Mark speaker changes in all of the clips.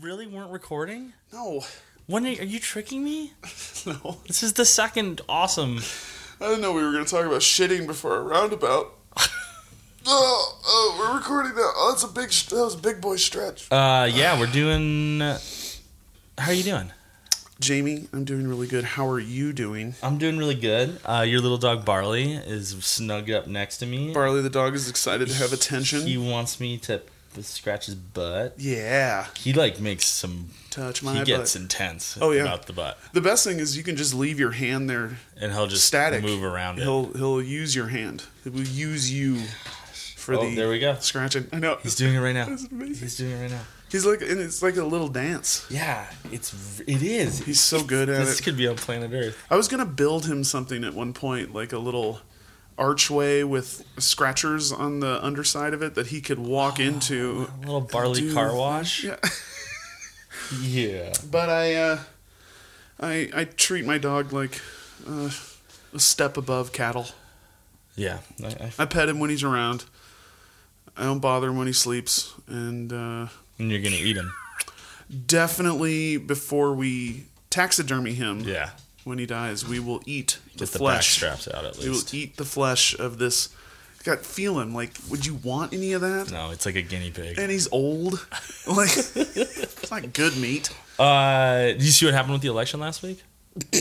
Speaker 1: really weren't recording?
Speaker 2: No,
Speaker 1: When are, are you tricking me?
Speaker 2: no.
Speaker 1: This is the second awesome.
Speaker 2: I didn't know we were going to talk about shitting before a roundabout. oh, oh, we're recording now. Oh, that's a big. sh- That was a big boy stretch.
Speaker 1: Uh, yeah, we're doing. uh, How are you doing?
Speaker 2: Jamie, I'm doing really good. How are you doing?
Speaker 1: I'm doing really good. Uh, your little dog Barley is snugged up next to me.
Speaker 2: Barley the dog is excited to have attention.
Speaker 1: He wants me to scratch his butt.
Speaker 2: yeah,
Speaker 1: He like makes some.
Speaker 2: touch
Speaker 1: he
Speaker 2: my
Speaker 1: gets
Speaker 2: butt.
Speaker 1: intense.
Speaker 2: Oh, yeah.
Speaker 1: about the butt,
Speaker 2: The best thing is you can just leave your hand there,
Speaker 1: and he'll just
Speaker 2: static.
Speaker 1: move around it.
Speaker 2: He'll he'll use your hand. He will use you for
Speaker 1: Oh,
Speaker 2: the
Speaker 1: there we go.
Speaker 2: scratching. I know.
Speaker 1: He's doing it right now.
Speaker 2: That's amazing.
Speaker 1: He's doing it right now.
Speaker 2: He's like, and it's like a little dance.
Speaker 1: Yeah, it's it is.
Speaker 2: He's so good at
Speaker 1: This
Speaker 2: it.
Speaker 1: could be on planet Earth.
Speaker 2: I was gonna build him something at one point, like a little archway with scratchers on the underside of it that he could
Speaker 1: Oh,
Speaker 2: walk into.
Speaker 1: A little barley
Speaker 2: Dude.
Speaker 1: car wash.
Speaker 2: Yeah,
Speaker 1: Yeah.
Speaker 2: but I, uh, I, I treat my dog like uh, a step above cattle.
Speaker 1: Yeah. I, I,
Speaker 2: I pet him when he's around. I don't bother him when he sleeps, and uh,
Speaker 1: and you're gonna eat him.
Speaker 2: definitely before we taxidermy him
Speaker 1: Yeah.
Speaker 2: when he dies, we will eat the
Speaker 1: Get the back
Speaker 2: flesh.
Speaker 1: straps out at
Speaker 2: we will
Speaker 1: least.
Speaker 2: eat the flesh of this. Got feel him like, would you want any of that?
Speaker 1: No, it's like a guinea pig.
Speaker 2: And he's old, like it's not good meat.
Speaker 1: Uh, did you see what happened with the election last week?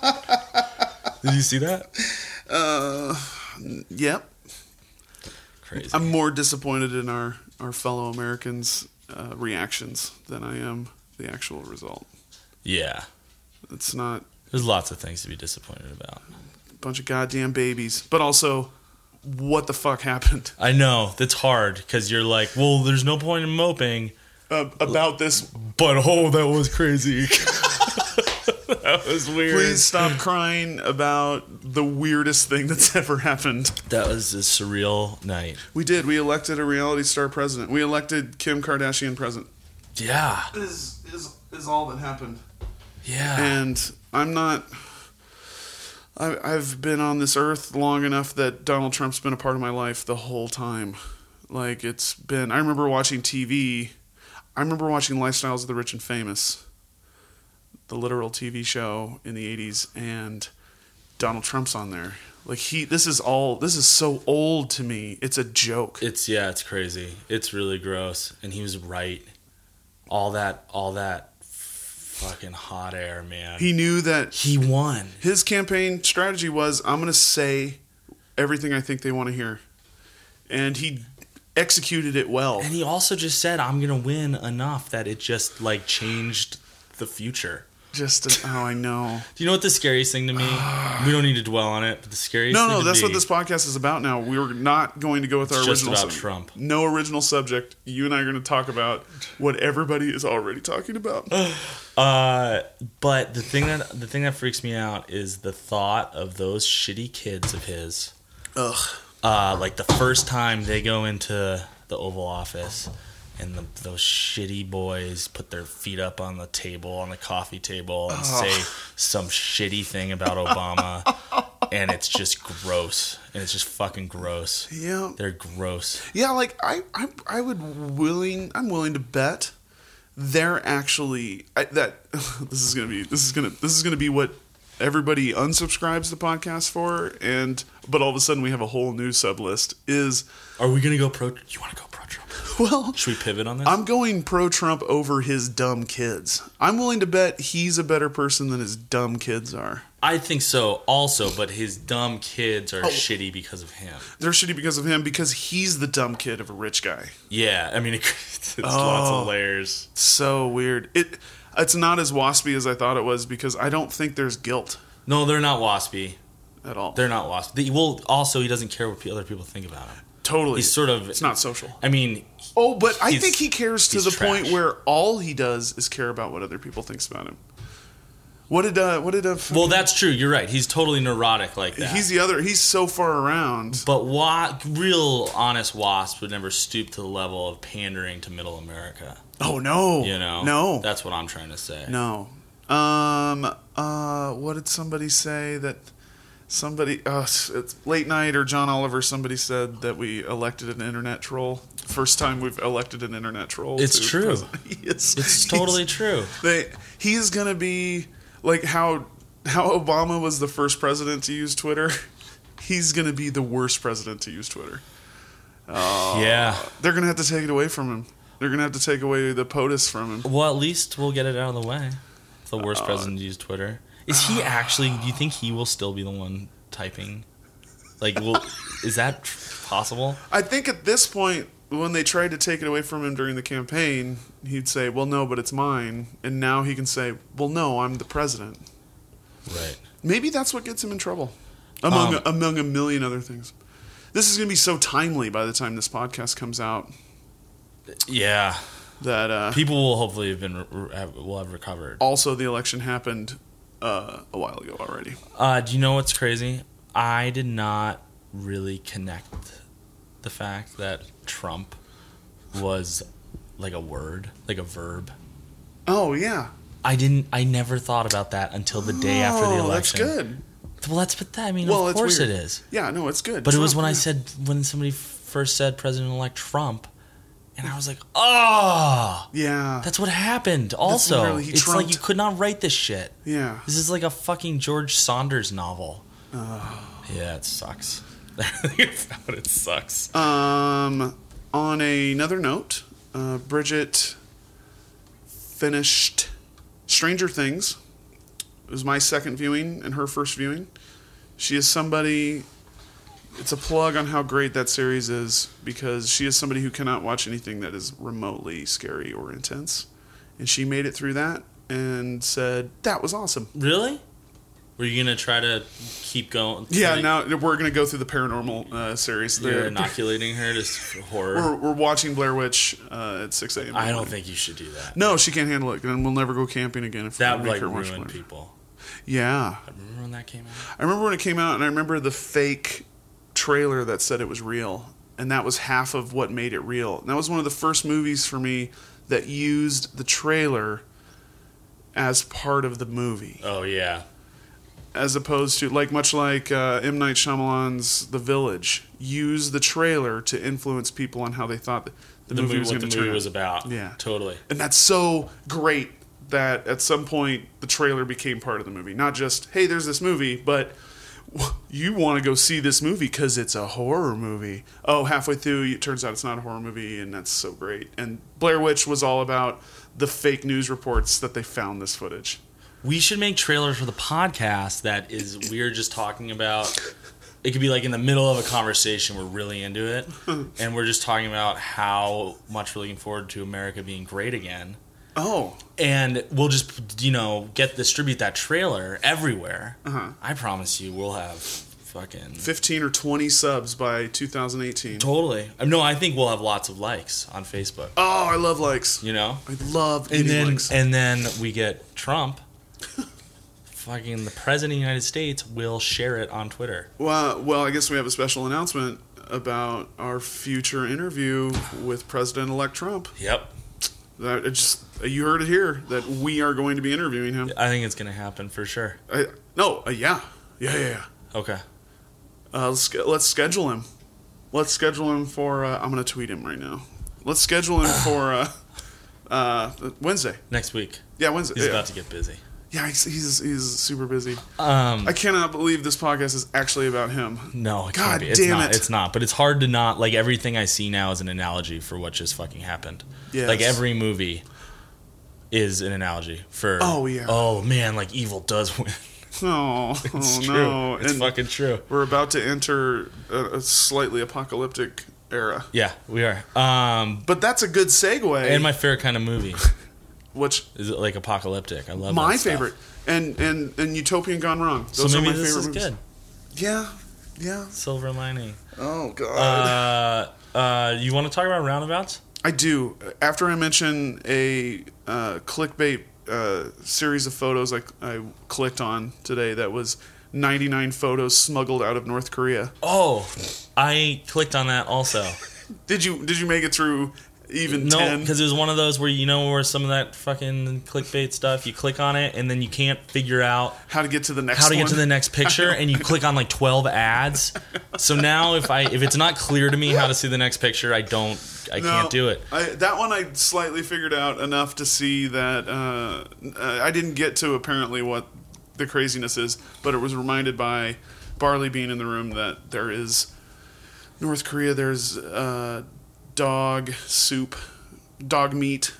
Speaker 1: did you see that?
Speaker 2: Yep,
Speaker 1: Crazy.
Speaker 2: I'm more disappointed in our our fellow Americans' uh, reactions than I am the actual result.
Speaker 1: yeah.
Speaker 2: It's not
Speaker 1: There's lots of things to be disappointed about.
Speaker 2: a bunch of goddamn babies, but also, what the fuck happened
Speaker 1: I know that's hard because you're like, well, there's no point in moping,
Speaker 2: uh, about this?
Speaker 1: but oh, that was crazy. that was weird.
Speaker 2: Please stop crying about the weirdest thing that's ever happened.
Speaker 1: That was a surreal night.
Speaker 2: We did. We elected a reality star president. We elected Kim Kardashian president.
Speaker 1: Yeah.
Speaker 2: Is is is all that happened.
Speaker 1: Yeah.
Speaker 2: And I'm not. I, I've been on this earth long enough that Donald Trump's been a part of my life the whole time. Like it's been. I remember watching TV. I remember watching Lifestyles of the Rich and Famous, the literal TV show in the '80s, and Donald Trump's on there. Like he, this is all. This is so old to me. It's a joke.
Speaker 1: It's yeah, it's crazy. It's really gross, and he was right. All that, all that, fucking hot air, man.
Speaker 2: He knew that
Speaker 1: he won.
Speaker 2: his campaign strategy was I'm going to say everything I think they want to hear. And he executed it well.
Speaker 1: And he also just said, "I'm gonna win enough that it just like changed the future."
Speaker 2: Just to, oh, I know.
Speaker 1: Do you know what the scariest thing to me? we don't need to dwell on it, but the scariest.
Speaker 2: No,
Speaker 1: thing
Speaker 2: no,
Speaker 1: to
Speaker 2: that's
Speaker 1: me-
Speaker 2: what this podcast is about now. We were not going to go with our
Speaker 1: It's just
Speaker 2: original
Speaker 1: about
Speaker 2: sub-
Speaker 1: Trump.
Speaker 2: No original subject. You and I are going to talk about what everybody is already talking about.
Speaker 1: Uh, but the thing that the thing that freaks me out is the thought of those shitty kids of his.
Speaker 2: Ugh.
Speaker 1: uh, like the first time they go into the Oval Office, and the, those shitty boys put their feet up on the table, on the coffee table, and say some shitty thing about Obama, and it's just gross, and it's just fucking gross.
Speaker 2: Yeah.
Speaker 1: They're gross.
Speaker 2: Yeah, like I, I, I would willing. I'm willing to bet they're actually I, that. This is gonna be. This is gonna. This is gonna be what everybody unsubscribes the podcast for. And but all of a sudden we have a whole new sub list. Is
Speaker 1: Are we gonna go pro? You want to go pro Trump?
Speaker 2: well,
Speaker 1: Should we pivot on this?
Speaker 2: I'm going pro Trump over his dumb kids. I'm willing to bet he's a better person than his dumb kids are.
Speaker 1: I think so, also, but his dumb kids are shitty because of him.
Speaker 2: They're shitty because of him because he's the dumb kid of a rich guy.
Speaker 1: Yeah, I mean, it, it's lots of layers.
Speaker 2: So weird. It. It's not as waspy as I thought it was because I don't think there's guilt
Speaker 1: No, they're not waspy.
Speaker 2: at all.
Speaker 1: They're not wasp. They, well, also he doesn't care what pe- other people think about him.
Speaker 2: Totally.
Speaker 1: He's sort of.
Speaker 2: it's not social.
Speaker 1: I mean,
Speaker 2: Oh, but I
Speaker 1: He's-
Speaker 2: think he cares to
Speaker 1: he's
Speaker 2: the
Speaker 1: trash.
Speaker 2: point where all he does is care about what other people thinks about him. What did uh what did uh
Speaker 1: well, that's true. You're right. He's totally neurotic like that.
Speaker 2: he's the other he's so far around.
Speaker 1: but wa- real honest wasp would never stoop to the level of pandering to middle America.
Speaker 2: Oh no.
Speaker 1: You know,
Speaker 2: No.
Speaker 1: That's what I'm trying to say.
Speaker 2: no. Um uh what did somebody say that Somebody, uh, it's late night or John Oliver. Somebody said that we elected an internet troll. First time we've elected an internet troll.
Speaker 1: It's
Speaker 2: to
Speaker 1: true.
Speaker 2: president. Yes.
Speaker 1: It's totally true.
Speaker 2: They, he's gonna be like how how Obama was the first president to use Twitter. He's gonna be the worst president to use Twitter. Oh.
Speaker 1: yeah.
Speaker 2: They're gonna have to take it away from him. They're gonna have to take away the POTUS from him.
Speaker 1: Well, at least we'll get it out of the way. The worst president to use Twitter. Is he actually? Do you think he will still be the one typing? Like, will is that tr- possible?
Speaker 2: I think at this point, when they tried to take it away from him during the campaign, he'd say, "Well, no, but it's mine." And now he can say, "Well, no, I'm the president."
Speaker 1: Right.
Speaker 2: Maybe that's what gets him in trouble, among
Speaker 1: Um,
Speaker 2: among a million other things. This is going to be so timely by the time this podcast comes out
Speaker 1: Yeah.
Speaker 2: that uh,
Speaker 1: People will hopefully have been re- re- have- will have recovered.
Speaker 2: also the election happened uh, a while ago already.
Speaker 1: Uh, do you know what's crazy? I did not really connect the fact that Trump was like a word, like a verb.
Speaker 2: Oh yeah,
Speaker 1: I didn't. I never thought about that until the day after the
Speaker 2: Oh,
Speaker 1: election.
Speaker 2: That's good.
Speaker 1: Well, that's but that. I mean,
Speaker 2: Well,
Speaker 1: of
Speaker 2: it's
Speaker 1: course
Speaker 2: weird.
Speaker 1: it is.
Speaker 2: Yeah, no, it's good.
Speaker 1: But it was
Speaker 2: Trump,
Speaker 1: when I
Speaker 2: yeah.
Speaker 1: said when somebody f- first said President-elect Trump, and I was like, oh,
Speaker 2: yeah,
Speaker 1: that's what happened. Also,
Speaker 2: literally- he
Speaker 1: it's like
Speaker 2: trumped.
Speaker 1: you could not write this shit.
Speaker 2: yeah.
Speaker 1: This is like a fucking George Saunders novel. Yeah, it sucks. it sucks.
Speaker 2: Um, on another note, uh, Bridget finished Stranger Things. It was my second viewing and her first viewing. She is somebody. It's a plug on how great that series is because she is somebody who cannot watch anything that is remotely scary or intense. And she made it through that and said, That was awesome.
Speaker 1: Really? Were you gonna try to keep going?
Speaker 2: Yeah,
Speaker 1: like,
Speaker 2: now we're going to go through the paranormal uh, series.
Speaker 1: You're
Speaker 2: They're-
Speaker 1: inoculating her to s- horror.
Speaker 2: we're, we're watching Blair Witch uh, at 6 a.m.
Speaker 1: I don't think you should do that.
Speaker 2: No, she can't handle it, and we'll never go camping again if
Speaker 1: That
Speaker 2: we
Speaker 1: would
Speaker 2: make
Speaker 1: like
Speaker 2: her watch
Speaker 1: ruin
Speaker 2: Blair.
Speaker 1: people.
Speaker 2: Yeah,
Speaker 1: Remember when that came out?
Speaker 2: I remember when it came out, and I remember the fake trailer that said it was real, and that was half of what made it real. And that was one of the first movies for me that used the trailer as part of the movie,
Speaker 1: Oh yeah.
Speaker 2: as opposed to like much like uh, M Night Shyamalan's The Village, use the trailer to influence people on how they thought the, the,
Speaker 1: the
Speaker 2: movie
Speaker 1: movie,
Speaker 2: was
Speaker 1: what
Speaker 2: going
Speaker 1: the
Speaker 2: to
Speaker 1: movie
Speaker 2: turn.
Speaker 1: was
Speaker 2: out.
Speaker 1: about.
Speaker 2: Yeah.
Speaker 1: totally.
Speaker 2: And that's so great that at some point the trailer became part of the movie. Not just, hey, there's this movie, but w- you want to go see this movie because it's a horror movie. Oh, halfway through, it turns out it's not a horror movie, and that's so great. And Blair Witch was all about the fake news reports that they found this footage.
Speaker 1: We should make trailers for the podcast that is we're just talking about. It could be like in the middle of a conversation, we're really into it, and we're just talking about how much we're looking forward to America being great again.
Speaker 2: Oh,
Speaker 1: And we'll just, you know, get distribute that trailer everywhere. I promise you, we'll have fucking
Speaker 2: 15 or 20 subs by 2018.
Speaker 1: totally. Uh, No, I think we'll have lots of likes on Facebook.
Speaker 2: Oh, I love likes.
Speaker 1: You know,
Speaker 2: I love
Speaker 1: and
Speaker 2: getting
Speaker 1: then
Speaker 2: likes.
Speaker 1: and then we get Trump. fucking the president of the United States will share it on Twitter.
Speaker 2: Well, well, I guess we have a special announcement about our future interview with President-elect Trump.
Speaker 1: Yep,
Speaker 2: That it just you heard it here that we are going to be interviewing him.
Speaker 1: I think it's gonna happen for sure.
Speaker 2: I, no, uh, yeah, yeah, yeah. yeah.
Speaker 1: Okay,
Speaker 2: Uh, let's sch- let's schedule him. Let's schedule him for. Uh, I'm gonna tweet him right now. Let's schedule him for uh, uh, Wednesday.
Speaker 1: next week
Speaker 2: Yeah, Wednesday.
Speaker 1: he's
Speaker 2: yeah,
Speaker 1: about to get busy.
Speaker 2: yeah he's, he's he's super busy.
Speaker 1: Um,
Speaker 2: I cannot believe this podcast is actually about him.
Speaker 1: no, it
Speaker 2: God
Speaker 1: can't be. It's
Speaker 2: damn
Speaker 1: not.
Speaker 2: it.
Speaker 1: It's not. But it's hard to not like everything I see now is an analogy for what just fucking happened.
Speaker 2: Yes.
Speaker 1: like every movie is an analogy for.
Speaker 2: Oh, yeah.
Speaker 1: Oh man, like evil does win.
Speaker 2: Oh,
Speaker 1: It's
Speaker 2: oh,
Speaker 1: true.
Speaker 2: no!
Speaker 1: It's
Speaker 2: And-
Speaker 1: fucking true.
Speaker 2: We're about to enter a, a slightly apocalyptic era.
Speaker 1: Yeah, we are. Um,
Speaker 2: But that's a good segue.
Speaker 1: and my favorite kind of movie.
Speaker 2: which
Speaker 1: Is it like apocalyptic? I love
Speaker 2: my
Speaker 1: that stuff.
Speaker 2: favorite, and and and Utopian Gone Wrong.
Speaker 1: So
Speaker 2: Those
Speaker 1: maybe
Speaker 2: are my
Speaker 1: this
Speaker 2: favorite
Speaker 1: is
Speaker 2: movies.
Speaker 1: good.
Speaker 2: Yeah, yeah.
Speaker 1: Silver lining.
Speaker 2: Oh god.
Speaker 1: Uh, uh, you want to talk about roundabouts?
Speaker 2: I do. After I mention a uh, clickbait uh, series of photos I I clicked on today that was 99 photos smuggled out of North Korea.
Speaker 1: Oh, I clicked on that also.
Speaker 2: Did you did you make it through even
Speaker 1: No,
Speaker 2: ten.
Speaker 1: because it was one of those where you know where some of that fucking clickbait stuff. You click on it and then you can't figure out
Speaker 2: How to get to the next?
Speaker 1: how to
Speaker 2: one.
Speaker 1: get to the next picture, and you click on like twelve ads. So now if I if it's not clear to me how to see the next picture, I don't I
Speaker 2: No,
Speaker 1: can't do it.
Speaker 2: I, that one I slightly figured out enough to see that uh, I didn't get to apparently what the craziness is, but it was reminded by Barley being in the room that there is North Korea. There's uh, dog soup, dog meat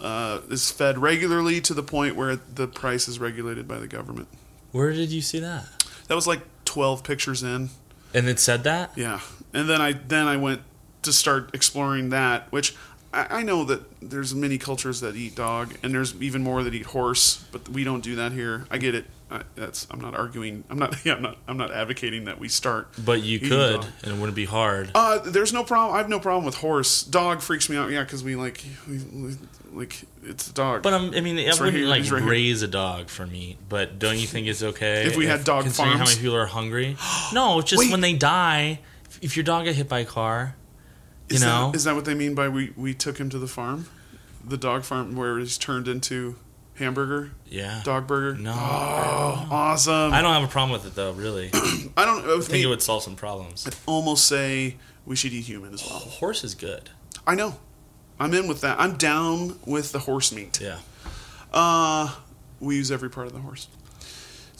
Speaker 2: uh, is fed regularly to the point where the price is regulated by the government.
Speaker 1: Where did you see that?
Speaker 2: That was like twelve pictures in.
Speaker 1: And it said that.
Speaker 2: Yeah, and then I then I went to start exploring that, which I, I know that there's many cultures that eat dog, and there's even more that eat horse, but we don't do that here. I get it. I, that's I'm not arguing. I'm not. Yeah, I'm not. I'm not advocating that we start.
Speaker 1: But you
Speaker 2: eating
Speaker 1: could,
Speaker 2: dog.
Speaker 1: and it wouldn't be hard.
Speaker 2: Uh, there's no problem. I have no problem with horse. Dog freaks me out. Yeah, because we like we, we like it's a dog.
Speaker 1: But I'm, I mean, I
Speaker 2: It's right
Speaker 1: wouldn't
Speaker 2: here,
Speaker 1: like
Speaker 2: it's right here.
Speaker 1: raise a dog for meat. But don't you think it's okay
Speaker 2: If we had dog
Speaker 1: considering
Speaker 2: farms?
Speaker 1: How many people are hungry? No, it's just
Speaker 2: Wait.
Speaker 1: when they die. if- If your dog got hit by a car, you
Speaker 2: is
Speaker 1: know,
Speaker 2: that, is that what they mean by we we took him to the farm, the dog farm where he's turned into hamburger,
Speaker 1: yeah.
Speaker 2: dog burger?
Speaker 1: No,
Speaker 2: Oh, awesome.
Speaker 1: I don't have a problem with it though. Really, I
Speaker 2: I don't. With
Speaker 1: think
Speaker 2: me,
Speaker 1: it would solve some problems.
Speaker 2: I'd almost say we should eat human as well.
Speaker 1: Horse is good.
Speaker 2: I know. I'm in with that. I'm down with the horse meat.
Speaker 1: Yeah.
Speaker 2: Uh, we use every part of the horse.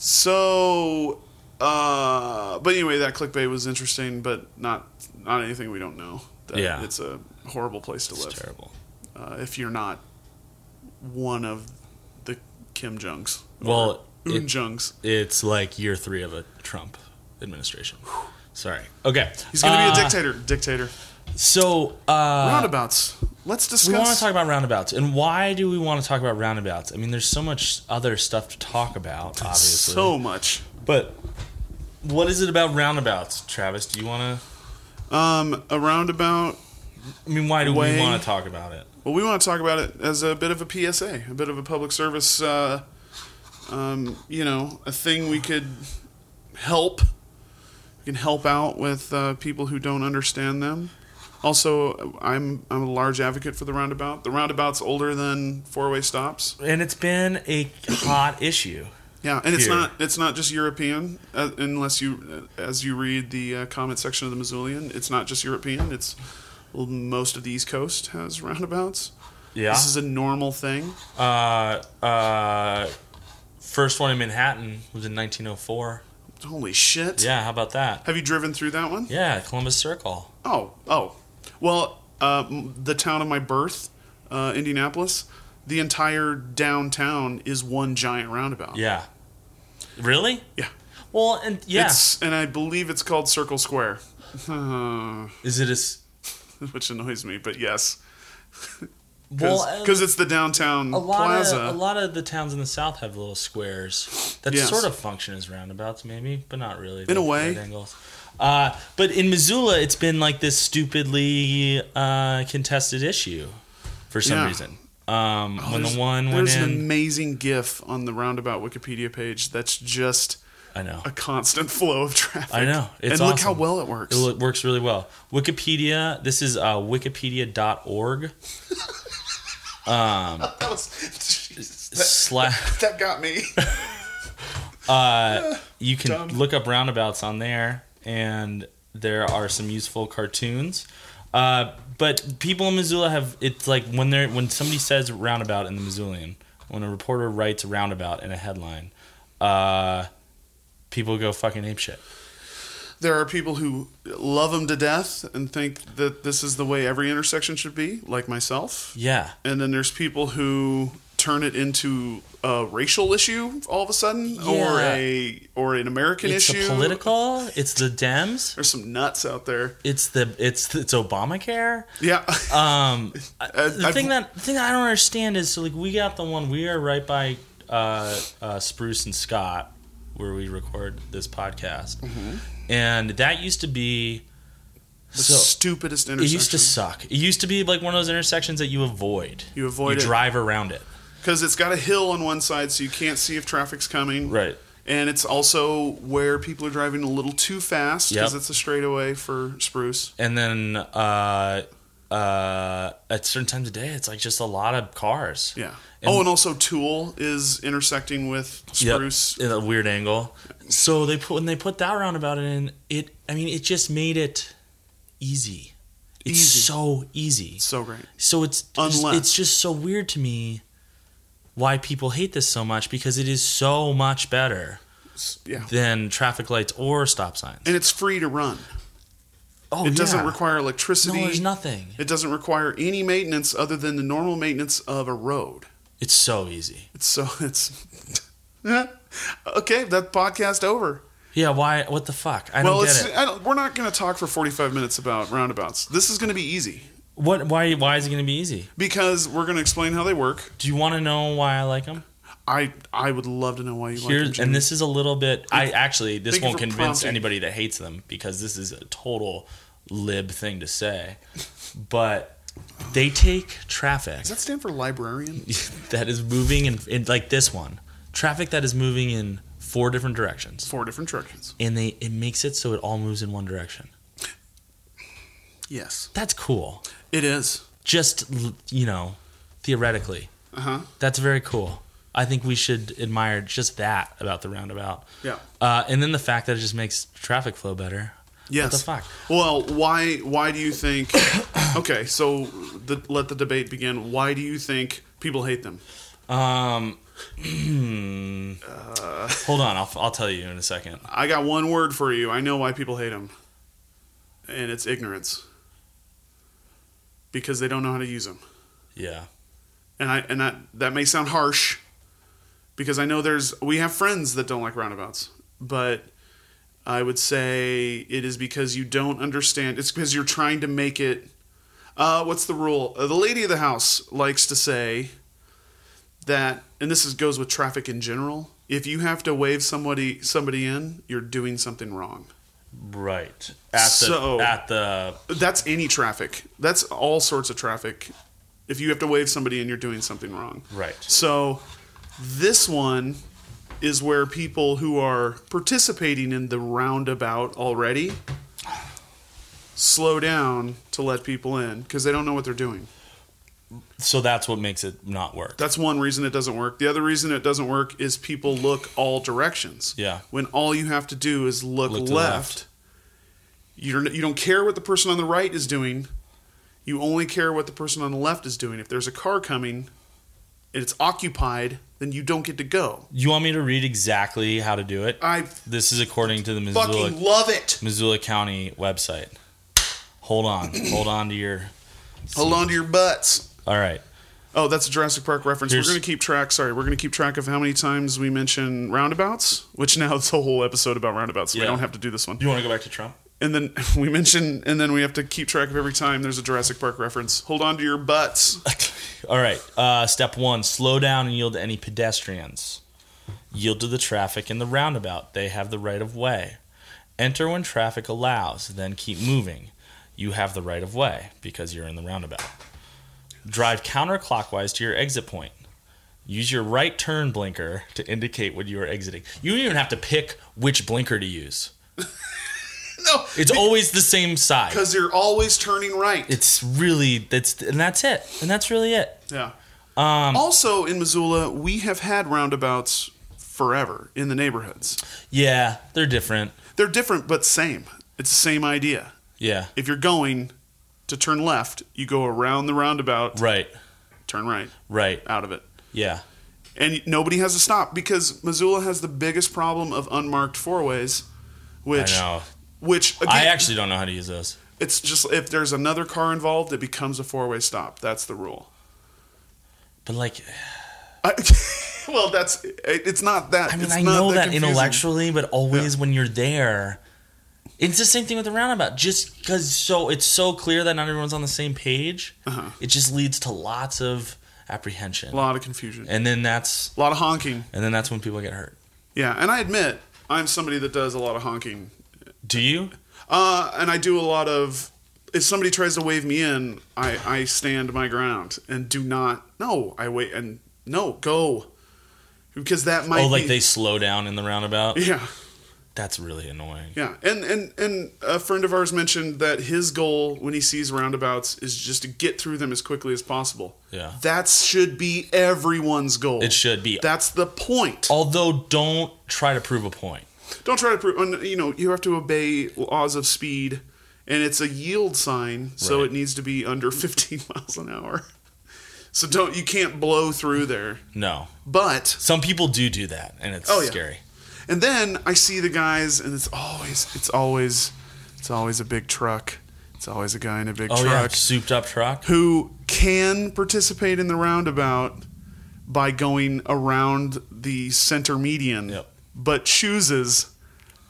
Speaker 2: So, uh, but anyway, that clickbait was interesting, but not not anything we don't know. That
Speaker 1: Yeah.
Speaker 2: it's a horrible place to
Speaker 1: It's
Speaker 2: live
Speaker 1: terrible.
Speaker 2: uh, if you're not one of the Kim Jungs.
Speaker 1: Well, it-
Speaker 2: Un Jungs.
Speaker 1: It's like year three of a Trump administration. Sorry. Okay.
Speaker 2: He's going to be a
Speaker 1: Uh,
Speaker 2: dictator. Dictator.
Speaker 1: So, uh,
Speaker 2: Roundabouts. Let's discuss.
Speaker 1: we want to talk about roundabouts, and why do we want to talk about roundabouts? I mean, there's so much other stuff to talk about, obviously.
Speaker 2: so much.
Speaker 1: but what is it about roundabouts, Travis? Do you want
Speaker 2: Um, a roundabout.
Speaker 1: to? I mean, why do
Speaker 2: Way-
Speaker 1: we want to talk about it?
Speaker 2: Well, we want to talk about it as a bit of a PSA, a bit of a public service. Uh, um, you know, a thing we could help. We can help out with uh, people who don't understand them. Also, I'm I'm a large advocate for the roundabout. The roundabout's older than four-way stops.
Speaker 1: And it's been a hot issue.
Speaker 2: Yeah, and it's
Speaker 1: Here.
Speaker 2: not it's not just European uh, unless you uh, as you read the uh, comment section of the Missoulian, it's not just European. It's most of the East Coast has roundabouts.
Speaker 1: Yeah.
Speaker 2: This is a normal thing.
Speaker 1: uh, uh, first one in Manhattan was in 1904.
Speaker 2: Holy shit.
Speaker 1: Yeah, how about that?
Speaker 2: Have you driven through that one?
Speaker 1: Yeah, Columbus Circle.
Speaker 2: Oh, oh. Well, uh, m- the town of my birth, uh, Indianapolis, the entire downtown is one giant roundabout.
Speaker 1: Yeah. Really?
Speaker 2: Yeah.
Speaker 1: Well, and yeah,
Speaker 2: It's, and I believe it's called Circle Square,
Speaker 1: is it as
Speaker 2: which annoys me, but yes.
Speaker 1: well?
Speaker 2: Because
Speaker 1: uh,
Speaker 2: it's the downtown
Speaker 1: a lot
Speaker 2: plaza.
Speaker 1: of a lot of the towns in the south have little squares that
Speaker 2: Yes.
Speaker 1: sort of function as roundabouts, maybe, but not really.
Speaker 2: In a way.
Speaker 1: Angles. Uh, but in Missoula, it's been like this stupidly uh, contested issue for some
Speaker 2: Yeah. Oh,
Speaker 1: reason. Um, when
Speaker 2: There's-
Speaker 1: the one went
Speaker 2: there's
Speaker 1: in,
Speaker 2: an amazing GIF on the roundabout Wikipedia page that's just
Speaker 1: I know.
Speaker 2: a constant flow of traffic.
Speaker 1: I know. It's
Speaker 2: and look how
Speaker 1: awesome.
Speaker 2: well it works.
Speaker 1: It lo- works really well. Wikipedia, this is uh, wikipedia.org
Speaker 2: that, was, Jesus, that,
Speaker 1: slash
Speaker 2: that got me.
Speaker 1: Uh, you can
Speaker 2: Dumb.
Speaker 1: look up roundabouts on there, and there are some useful cartoons. Uh, but people in Missoula have it's like when they're when somebody says roundabout in the Missoulian, when a reporter writes roundabout in a headline, uh, people go fucking apeshit.
Speaker 2: there are people who love them to death and think that this is the way every intersection should be, like myself.
Speaker 1: Yeah,
Speaker 2: And then there's people who turn it into a racial issue all of a sudden, or
Speaker 1: Yeah.
Speaker 2: a or an American
Speaker 1: it's
Speaker 2: issue.
Speaker 1: the political, it's the Dems,
Speaker 2: There's some nuts out there.
Speaker 1: it's the it's it's Obamacare.
Speaker 2: Yeah.
Speaker 1: Um,
Speaker 2: I-
Speaker 1: the
Speaker 2: I've-
Speaker 1: thing that the thing that I don't understand is so like we got the one we are right by uh, uh, Spruce and Scott where we record this podcast, and that used to be
Speaker 2: Mm-hmm. the
Speaker 1: so.
Speaker 2: stupidest
Speaker 1: It
Speaker 2: intersection.
Speaker 1: used to suck. It used to be like one of those intersections that you avoid.
Speaker 2: You avoid
Speaker 1: You
Speaker 2: it.
Speaker 1: drive around it.
Speaker 2: because it's got a hill on one side, so you can't see if traffic's coming.
Speaker 1: Right.
Speaker 2: And it's also where people are driving a little too fast because
Speaker 1: Yep.
Speaker 2: it's a straightaway for spruce.
Speaker 1: And then uh, uh, at certain times of day, it's like just a lot of cars.
Speaker 2: Yeah.
Speaker 1: And-
Speaker 2: oh, and also Tool is intersecting with
Speaker 1: Yep,
Speaker 2: Spruce.
Speaker 1: in a weird angle. So they put when they put that roundabout in, it I mean it just made it easy. It's
Speaker 2: Easy.
Speaker 1: so easy.
Speaker 2: So great.
Speaker 1: So it's
Speaker 2: Unless-
Speaker 1: it's just so weird to me why people hate this so much because it is so much better
Speaker 2: S- Yeah.
Speaker 1: than traffic lights or stop signs.
Speaker 2: And it's free to run.
Speaker 1: Oh,
Speaker 2: it doesn't
Speaker 1: yeah.
Speaker 2: require
Speaker 1: No,
Speaker 2: electricity.
Speaker 1: there's nothing.
Speaker 2: it doesn't require any maintenance other than the normal maintenance of a road.
Speaker 1: It's so easy.
Speaker 2: It's so it's okay. That podcast over.
Speaker 1: Yeah, why what the fuck? I
Speaker 2: well,
Speaker 1: don't
Speaker 2: it's
Speaker 1: get it.
Speaker 2: I don't, we're not going to talk for forty five minutes about roundabouts. This is going to be easy
Speaker 1: What why why is it going to be easy?
Speaker 2: because we're going to explain how they work.
Speaker 1: Do you want to know why I like them?
Speaker 2: I I would love to know why you
Speaker 1: Here's
Speaker 2: like them,
Speaker 1: and this is a little bit. I actually this
Speaker 2: thank you
Speaker 1: won't
Speaker 2: for
Speaker 1: convince
Speaker 2: prompting.
Speaker 1: anybody that hates them because this is a total lib thing to say, but they take traffic
Speaker 2: Does that stand for librarian?
Speaker 1: that is moving in, in like this one traffic that is moving in four different directions,
Speaker 2: Four different directions.
Speaker 1: and they it makes it so it all moves in one direction.
Speaker 2: Yes,
Speaker 1: That's cool.
Speaker 2: it is.
Speaker 1: Just l- you know, theoretically,
Speaker 2: Uh huh.
Speaker 1: that's very cool. I think we should admire just that about the roundabout.
Speaker 2: Yeah.
Speaker 1: Uh, and then the fact that it just makes traffic flow better.
Speaker 2: Yes.
Speaker 1: the fuck?
Speaker 2: Well, why why do you think? okay, so the, let the debate begin. Why do you think people hate them?
Speaker 1: Um, hold on, I'll, I'll tell you in a second.
Speaker 2: I got one word for you. I know why people hate them, and it's ignorance. Because they don't know how to use them,
Speaker 1: Yeah,
Speaker 2: and I and that that may sound harsh, because I know there's we have friends that don't like roundabouts, but I would say it is because you don't understand. It's because you're trying to make it. Uh, what's the rule? Uh, the lady of the house likes to say that, and this is, goes with traffic in general. If you have to wave somebody somebody in, you're doing something wrong.
Speaker 1: right. At the
Speaker 2: So-
Speaker 1: at the
Speaker 2: That's any traffic. That's all sorts of traffic. If you have to wave somebody in, you're doing something wrong.
Speaker 1: right.
Speaker 2: So this one is where people who are participating in the roundabout already slow down to let people in because they don't know what they're doing.
Speaker 1: So that's what makes it not work.
Speaker 2: That's one reason it doesn't work. The other reason it doesn't work is people look all directions.
Speaker 1: Yeah.
Speaker 2: When all you have to do is look,
Speaker 1: Look to the
Speaker 2: left,
Speaker 1: left.
Speaker 2: you're you don't care what the person on the right is doing. You only care what the person on the left is doing. If there's a car coming and it's occupied, then you don't get to go.
Speaker 1: You want me to read exactly how to do it?
Speaker 2: I
Speaker 1: This is according to the Missoula
Speaker 2: fucking love it.
Speaker 1: Missoula County website. Hold on, hold on to your.
Speaker 2: Hold on to your butts.
Speaker 1: All right.
Speaker 2: Oh, that's a Jurassic Park reference.
Speaker 1: Here's-
Speaker 2: we're going to keep track. Sorry, we're going to keep track of how many times we mention roundabouts, which now it's a whole episode about roundabouts. So We
Speaker 1: Yeah.
Speaker 2: don't have to do this one.
Speaker 1: You want to go back to Trump?
Speaker 2: And then we mention, and then we have to keep track of every time there's a Jurassic Park reference. Hold on to your butts.
Speaker 1: All right. Uh, step one: slow down and yield to any pedestrians. Yield to the traffic in the roundabout. They have the right of way. Enter when traffic allows. Then keep moving. You have the right of way because you're in the roundabout. Drive counterclockwise to your exit point. Use your right turn blinker to indicate when you are exiting. You don't even have to pick which blinker to use.
Speaker 2: No,
Speaker 1: It's always the same side.
Speaker 2: because you're always turning right.
Speaker 1: It's really that's and that's it. And that's really it.
Speaker 2: yeah. Um, also, in Missoula, we have had roundabouts forever in the neighborhoods.
Speaker 1: Yeah, they're different.
Speaker 2: They're different, but same. It's the same idea.
Speaker 1: Yeah.
Speaker 2: If you're going to turn left, you go around the roundabout,
Speaker 1: Right.
Speaker 2: turn right,
Speaker 1: Right.
Speaker 2: out of it.
Speaker 1: Yeah.
Speaker 2: and nobody has to stop because Missoula has the biggest problem of unmarked four ways, which
Speaker 1: I know.
Speaker 2: which again,
Speaker 1: I actually don't know how to use those.
Speaker 2: it's just if there's another car involved, it becomes a four way stop. That's the rule.
Speaker 1: But like,
Speaker 2: I, well, that's it's not that.
Speaker 1: I mean,
Speaker 2: it's
Speaker 1: I
Speaker 2: not
Speaker 1: know that
Speaker 2: confusing.
Speaker 1: intellectually, but always when you're there, it's the same thing with the roundabout. Just because so it's so clear that not everyone's on the same page,
Speaker 2: Uh-huh.
Speaker 1: it just leads to lots of apprehension,
Speaker 2: A lot of confusion,
Speaker 1: and then that's
Speaker 2: a lot of honking.
Speaker 1: and then that's when people get hurt.
Speaker 2: Yeah, and I admit I'm somebody that does a lot of honking,
Speaker 1: Do you?
Speaker 2: uh, and I do a lot of. If somebody tries to wave me in, I, I stand my ground and do not. No, I wait and no go, because that might.
Speaker 1: Oh, like
Speaker 2: be-
Speaker 1: they slow down in the roundabout.
Speaker 2: Yeah.
Speaker 1: That's really annoying.
Speaker 2: Yeah, and and and a friend of ours mentioned that his goal when he sees roundabouts is just to get through them as quickly as possible.
Speaker 1: Yeah.
Speaker 2: that should be everyone's goal.
Speaker 1: It should be.
Speaker 2: That's the point.
Speaker 1: Although, don't try to prove a point.
Speaker 2: Don't try to prove. and, You know, you have to obey laws of speed, and it's a yield sign, so
Speaker 1: Right.
Speaker 2: it needs to be under 15 miles an hour. So don't you can't blow through there.
Speaker 1: No.
Speaker 2: But
Speaker 1: Some people do do that, and it's
Speaker 2: Oh, yeah.
Speaker 1: scary.
Speaker 2: And then I see the guys, and it's always, it's always, it's always a big truck. It's always a guy in a big
Speaker 1: Oh yeah,
Speaker 2: truck
Speaker 1: souped up truck.
Speaker 2: who can participate in the roundabout by going around the center median,
Speaker 1: Yep.
Speaker 2: but chooses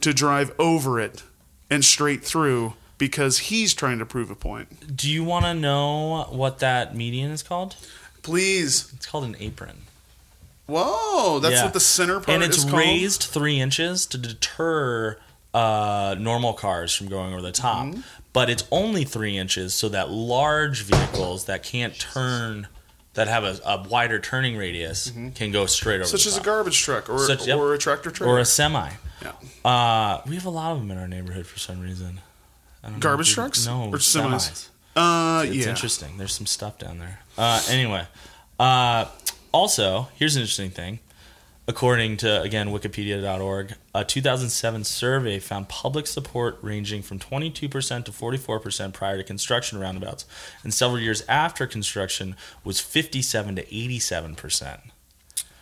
Speaker 2: to drive over it and straight through because he's trying to prove a point.
Speaker 1: Do you want to know what that median is called?
Speaker 2: Please,
Speaker 1: It's called an apron.
Speaker 2: whoa, that's
Speaker 1: Yeah.
Speaker 2: what the center part
Speaker 1: and it's
Speaker 2: is called.
Speaker 1: raised three inches to deter uh, normal cars from going over the top.
Speaker 2: Mm-hmm.
Speaker 1: But it's only three inches so that large vehicles that can't turn, that have a, a wider turning radius,
Speaker 2: Mm-hmm.
Speaker 1: can go straight over.
Speaker 2: Such
Speaker 1: the
Speaker 2: as a
Speaker 1: top.
Speaker 2: garbage truck or,
Speaker 1: Such- yep.
Speaker 2: or a tractor
Speaker 1: or
Speaker 2: trailer.
Speaker 1: a semi.
Speaker 2: Yeah.
Speaker 1: Uh, we have a lot of them in our neighborhood for some reason. I don't know
Speaker 2: Garbage
Speaker 1: if you-
Speaker 2: trucks?
Speaker 1: No,
Speaker 2: Or
Speaker 1: semis.
Speaker 2: semis? uh,
Speaker 1: It's
Speaker 2: yeah.
Speaker 1: interesting. There's some stuff down there. Uh, anyway, uh, also, here's an interesting thing. According to, again, Wikipedia.org, a 2007 survey found public support ranging from 22% to 44% prior to construction roundabouts, and several years after construction was 57 to 87%.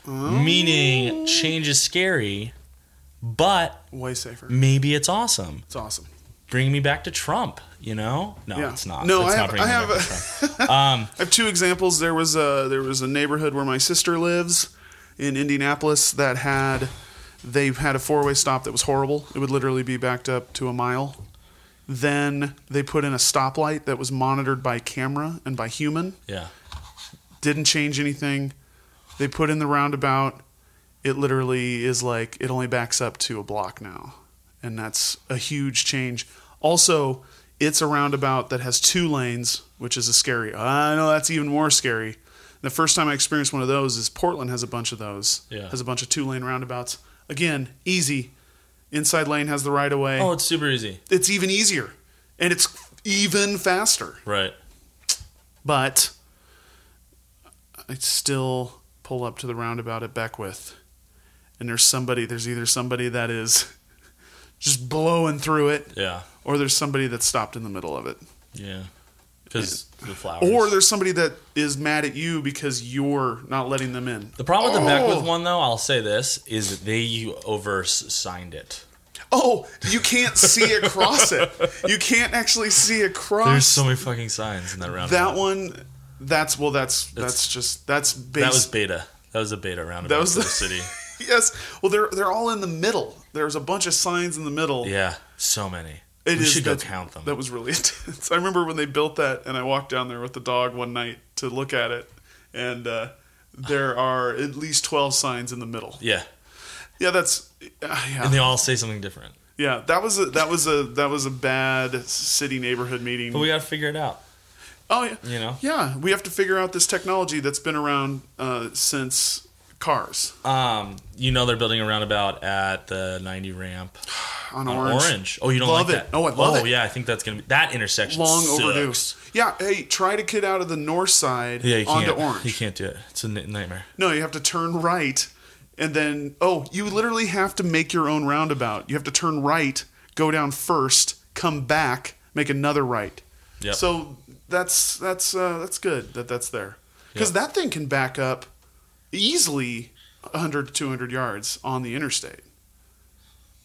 Speaker 1: Meaning, change is scary, but
Speaker 2: Way safer.
Speaker 1: maybe it's awesome.
Speaker 2: It's awesome.
Speaker 1: Bring me back to Trump, you know? No,
Speaker 2: Yeah.
Speaker 1: it's not.
Speaker 2: No,
Speaker 1: it's
Speaker 2: I
Speaker 1: not
Speaker 2: have-
Speaker 1: bringing
Speaker 2: I
Speaker 1: me
Speaker 2: have
Speaker 1: back to
Speaker 2: a-
Speaker 1: Trump. Um,
Speaker 2: I have two examples. There was a there was a neighborhood where my sister lives in Indianapolis that had they had a four way stop that was horrible. It would literally be backed up to a mile. Then they put in a stoplight that was monitored by camera and by human.
Speaker 1: Yeah.
Speaker 2: Didn't change anything. They put in the roundabout. It literally is like it only backs up to a block now. And that's a huge change. Also, it's a roundabout that has two lanes, which is a scary. I know that's even more scary. The first time I experienced one of those is Portland has a bunch of those.
Speaker 1: Yeah.
Speaker 2: Has a bunch of two lane roundabouts. Again, easy. Inside lane has the right of way.
Speaker 1: Oh, it's super easy.
Speaker 2: It's even easier. And it's even faster
Speaker 1: Right.
Speaker 2: but I still pull up to the roundabout at Beckwith, and there's somebody. There's either somebody that is just blowing through it,
Speaker 1: Yeah.
Speaker 2: or there's somebody that's stopped in the middle of it,
Speaker 1: Yeah. Because the flowers.
Speaker 2: or there's somebody that is mad at you because you're not letting them in.
Speaker 1: the problem with the
Speaker 2: Oh!
Speaker 1: Beckwith one, though, I'll say this, is that they over signed it.
Speaker 2: Oh, you can't see across it. You can't actually see across.
Speaker 1: There's so many fucking signs in that roundabout.
Speaker 2: that one. That's well. That's that's just that's based.
Speaker 1: That was beta. That was a beta roundabout
Speaker 2: That was
Speaker 1: for the
Speaker 2: the-
Speaker 1: city.
Speaker 2: yes. Well, they're they're all in the middle. There's a bunch of signs in the middle.
Speaker 1: Yeah. So many.
Speaker 2: It
Speaker 1: we
Speaker 2: is-
Speaker 1: should go
Speaker 2: that's-
Speaker 1: count them.
Speaker 2: That was really intense. I remember when they built that, and I walked down there with the dog one night to look at it, and uh, there are at least twelve signs in the middle.
Speaker 1: yeah.
Speaker 2: Yeah, that's uh,
Speaker 1: And
Speaker 2: yeah,
Speaker 1: they all say something different.
Speaker 2: yeah. That was a that was a that was a bad city neighborhood meeting.
Speaker 1: But we got to figure it out.
Speaker 2: oh yeah,
Speaker 1: You know?
Speaker 2: yeah. We have to figure out this technology that's been around uh, since cars
Speaker 1: Um, you know they're building a roundabout at the 90 ramp
Speaker 2: on,
Speaker 1: on
Speaker 2: orange.
Speaker 1: Orange. Oh, you don't
Speaker 2: Love
Speaker 1: like
Speaker 2: it.
Speaker 1: that?
Speaker 2: Oh, I love
Speaker 1: oh,
Speaker 2: it.
Speaker 1: yeah. I think that's gonna be that intersection.
Speaker 2: Long
Speaker 1: sucks.
Speaker 2: overdue. Yeah, hey, try to get out of the north side
Speaker 1: Yeah, you
Speaker 2: onto
Speaker 1: can't.
Speaker 2: Orange.
Speaker 1: You can't do it. It's a n- nightmare.
Speaker 2: No, you have to turn right, and then oh, you literally have to make your own roundabout. You have to turn right, go down first, come back, make another right.
Speaker 1: Yep.
Speaker 2: So that's that's uh, that's good that that's there because
Speaker 1: Yep.
Speaker 2: that thing can back up easily 100 to 200 yards on the interstate.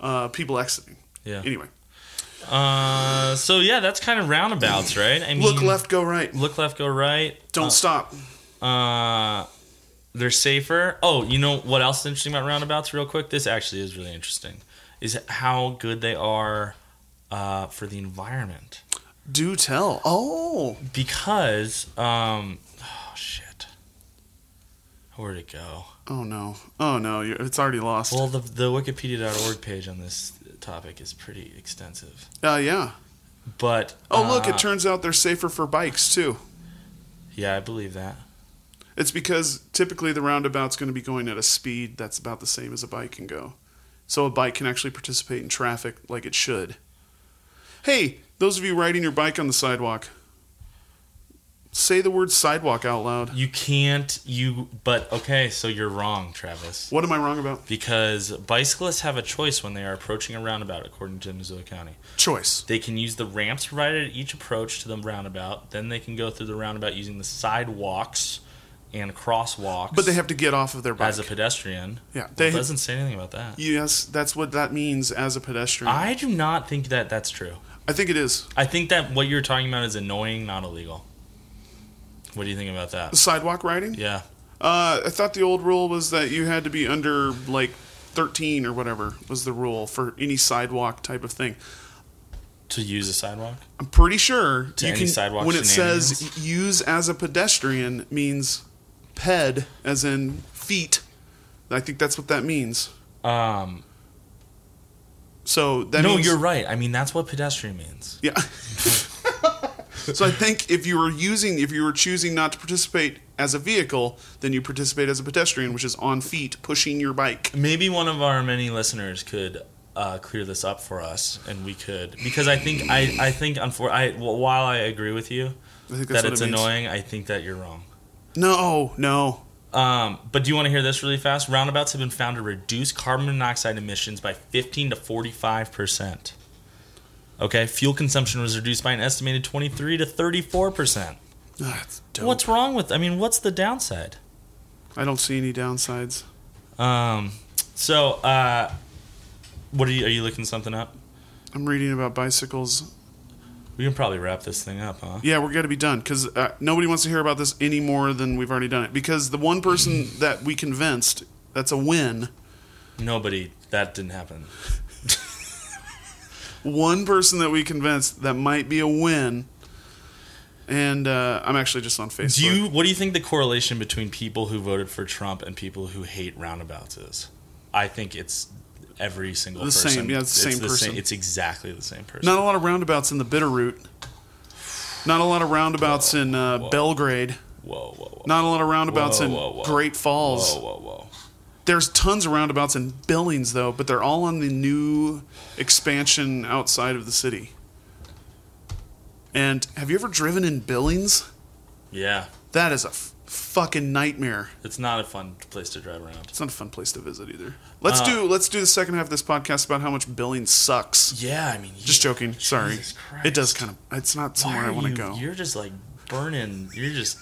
Speaker 2: Uh, people exiting.
Speaker 1: Yeah.
Speaker 2: Anyway,
Speaker 1: Uh, so yeah, that's kind of roundabouts, right? I mean,
Speaker 2: look left, go right.
Speaker 1: look left, go right.
Speaker 2: Don't stop.
Speaker 1: Uh, they're safer. Oh, you know what else is interesting about roundabouts? Real quick, this actually is really interesting. Is how good they are uh, for the environment
Speaker 2: Do tell. Oh,
Speaker 1: because um, oh shit, where'd it go?
Speaker 2: oh no, oh no. You're, it's already lost.
Speaker 1: Well, the the Wikipedia.org page on this topic is pretty extensive,
Speaker 2: uh, yeah.
Speaker 1: but
Speaker 2: Oh, look,
Speaker 1: uh,
Speaker 2: it turns out they're safer for bikes too.
Speaker 1: yeah, I believe that.
Speaker 2: It's because typically the roundabout's going to be going at a speed that's about the same as a bike can go. so a bike can actually participate in traffic like it should. Hey, those of you riding your bike on the sidewalk, say the word sidewalk out loud.
Speaker 1: You can't. You. But okay. So you're wrong, Travis.
Speaker 2: What am I wrong about?
Speaker 1: Because bicyclists have a choice when they are approaching a roundabout, according to Missoula County.
Speaker 2: Choice.
Speaker 1: They can use the ramps provided at each approach to the roundabout. Then they can go through the roundabout using the sidewalks and crosswalks.
Speaker 2: But they have to get off of their bike.
Speaker 1: as a pedestrian.
Speaker 2: yeah,
Speaker 1: Well,
Speaker 2: they
Speaker 1: it doesn't say anything about that.
Speaker 2: Yes, that's what that means as a pedestrian.
Speaker 1: I do not think that that's true.
Speaker 2: I think it is.
Speaker 1: I think that what you're talking about is annoying, not illegal. What do you think about that?
Speaker 2: Sidewalk riding?
Speaker 1: Yeah.
Speaker 2: Uh, I thought the old rule was that you had to be under like 13 or whatever was the rule for any sidewalk type of thing.
Speaker 1: To use a sidewalk?
Speaker 2: I'm pretty sure
Speaker 1: To any sidewalk
Speaker 2: when it says
Speaker 1: shenanigans?
Speaker 2: use as a pedestrian means ped as in feet. I think that's what that means.
Speaker 1: Um,
Speaker 2: So that
Speaker 1: no,
Speaker 2: means,
Speaker 1: you're right. I mean, that's what pedestrian means.
Speaker 2: yeah. so I think if you were using if you were choosing not to participate as a vehicle, then you participate as a pedestrian, which is on feet pushing your bike.
Speaker 1: Maybe one of our many listeners could uh, clear this up for us, and we could because I think I I think unfor- I well, while I agree with you
Speaker 2: I think that's
Speaker 1: that
Speaker 2: what
Speaker 1: it's
Speaker 2: it means.
Speaker 1: annoying, I think that you're wrong.
Speaker 2: No, no.
Speaker 1: Um, but do you want to hear this really fast? Roundabouts have been found to reduce carbon monoxide emissions by 15 to 45 percent. Okay, fuel consumption was reduced by an estimated 23 to 34 percent.
Speaker 2: Ah, it's dope.
Speaker 1: What's wrong with? I mean, what's the downside?
Speaker 2: I don't see any downsides.
Speaker 1: Um, so uh, what are you? Are you looking something up?
Speaker 2: I'm reading about bicycles.
Speaker 1: We can probably wrap this thing up, huh?
Speaker 2: Yeah, we're going to be done because uh, nobody wants to hear about this any more than we've already done it. Because the one person that we convinced, that's a win.
Speaker 1: Nobody. That didn't happen.
Speaker 2: One person that we convinced that might be a win. And uh, I'm actually just on Facebook.
Speaker 1: Do you? What do you think the correlation between people who voted for Trump and people who hate roundabouts is? I think it's every single
Speaker 2: The
Speaker 1: person.
Speaker 2: same, yeah, it's the same person.
Speaker 1: it's exactly the same person.
Speaker 2: Not a lot of roundabouts in the Bitterroot. Not a lot of roundabouts in uh,
Speaker 1: Whoa.
Speaker 2: Belgrade.
Speaker 1: Whoa, whoa, whoa.
Speaker 2: Not a lot of roundabouts
Speaker 1: Whoa,
Speaker 2: in
Speaker 1: whoa, whoa.
Speaker 2: Great Falls.
Speaker 1: whoa, whoa, whoa.
Speaker 2: There's tons of roundabouts in Billings though, but they're all on the new expansion outside of the city. And have you ever driven in Billings?
Speaker 1: Yeah,
Speaker 2: That is a f- fucking nightmare.
Speaker 1: it's not a fun place to drive around.
Speaker 2: It's not a fun place to visit either. Let's
Speaker 1: Uh,
Speaker 2: do let's do the second half of this podcast about how much Billings sucks.
Speaker 1: Yeah, I mean, you-
Speaker 2: Just joking. Sorry.
Speaker 1: Jesus
Speaker 2: It does
Speaker 1: Christ.
Speaker 2: kind of. It's not
Speaker 1: Why
Speaker 2: somewhere I
Speaker 1: are
Speaker 2: want to
Speaker 1: you-
Speaker 2: go.
Speaker 1: You're just like burning. You're just.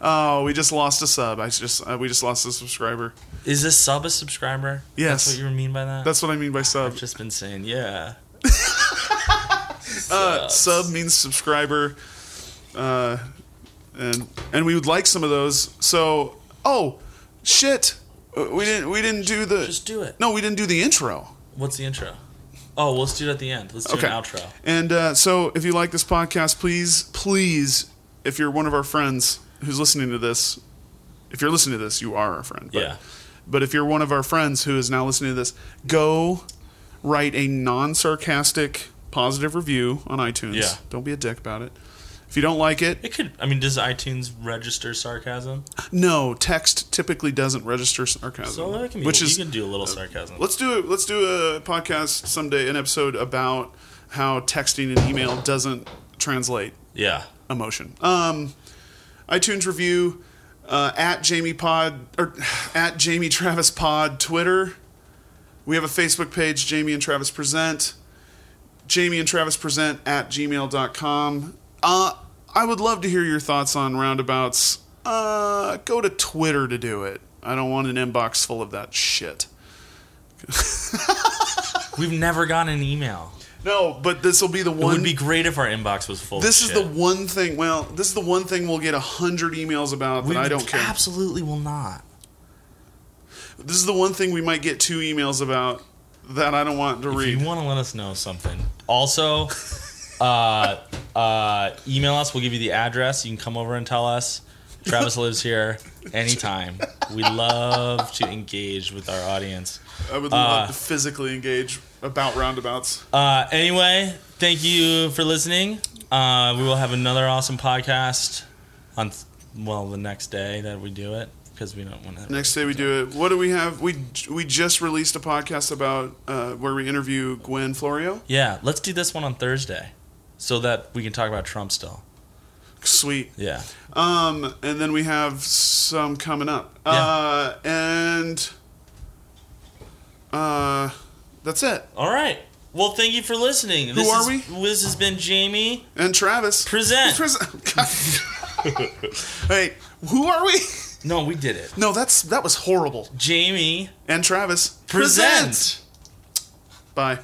Speaker 2: Oh, we just lost a sub. I just uh, we just lost a subscriber.
Speaker 1: Is this sub a subscriber?
Speaker 2: Yes.
Speaker 1: That's what you mean by that.
Speaker 2: That's what I mean by sub.
Speaker 1: I've just been saying, yeah.
Speaker 2: Uh, sub means subscriber, uh, and and we would like some of those. So, oh shit, Uh, we didn't we didn't do the
Speaker 1: Just do it.
Speaker 2: no we didn't do the intro.
Speaker 1: What's the intro? Oh, let's do it at the end. Let's do
Speaker 2: Okay,
Speaker 1: an outro.
Speaker 2: And uh, so, if you like this podcast, please please, if you're one of our friends who's listening to this, if you're listening to this, you are our friend. But,
Speaker 1: Yeah.
Speaker 2: But if you're one of our friends who is now listening to this, go write a non sarcastic positive review on iTunes.
Speaker 1: Yeah.
Speaker 2: Don't be a dick about it. If you don't like it,
Speaker 1: It could. I mean, does iTunes register sarcasm?
Speaker 2: no, text typically doesn't register sarcasm.
Speaker 1: So it can be,
Speaker 2: which
Speaker 1: you
Speaker 2: is
Speaker 1: can do a little sarcasm.
Speaker 2: let's do it let's do a podcast someday, an episode about how texting and email doesn't translate
Speaker 1: yeah.
Speaker 2: emotion. Um, iTunes review uh, at Jamie Pod or at Jamie Travis Pod Twitter. We have a Facebook page, Jamie and Travis Present. Jamie and Travis Present at gmail.com. Uh, I would love to hear your thoughts on roundabouts. Uh, go to Twitter to do it. I don't want an inbox full of that shit.
Speaker 1: We've never gotten an email.
Speaker 2: No, but this will be the
Speaker 1: It
Speaker 2: one.
Speaker 1: would be great if our inbox was full.
Speaker 2: this
Speaker 1: of
Speaker 2: is
Speaker 1: shit.
Speaker 2: the one thing. Well, this is the one thing we'll get a hundred emails about that
Speaker 1: We
Speaker 2: I don't care.
Speaker 1: Absolutely will not.
Speaker 2: This is the one thing we might get two emails about that I don't want to
Speaker 1: If
Speaker 2: read.
Speaker 1: you want to let us know something, also, uh, uh, email us. We'll give you the address. You can come over and tell us. Travis lives here anytime. We love to engage with our audience.
Speaker 2: I would
Speaker 1: Ah.
Speaker 2: love to physically engage about roundabouts.
Speaker 1: Uh, anyway, thank you for listening. Uh, we will have another awesome podcast on, well, the next day that we do it. 'cause because we don't want to.
Speaker 2: Next day we do it. What do we have? We we just released a podcast about uh, where we interview Gwen Florio.
Speaker 1: Yeah, let's do this one on Thursday, so that we can talk about Trump still.
Speaker 2: Sweet.
Speaker 1: Yeah,
Speaker 2: Um, and then we have some coming up. Uh, and uh, that's it.
Speaker 1: All right. Well, thank you for listening. Who this
Speaker 2: are
Speaker 1: is-
Speaker 2: we?
Speaker 1: This has been Jamie.
Speaker 2: And Travis
Speaker 1: Present.
Speaker 2: Present. God. Wait, who are we?
Speaker 1: No, we did it.
Speaker 2: No, that's that was horrible.
Speaker 1: Jamie.
Speaker 2: And Travis
Speaker 1: Present.
Speaker 2: Bye.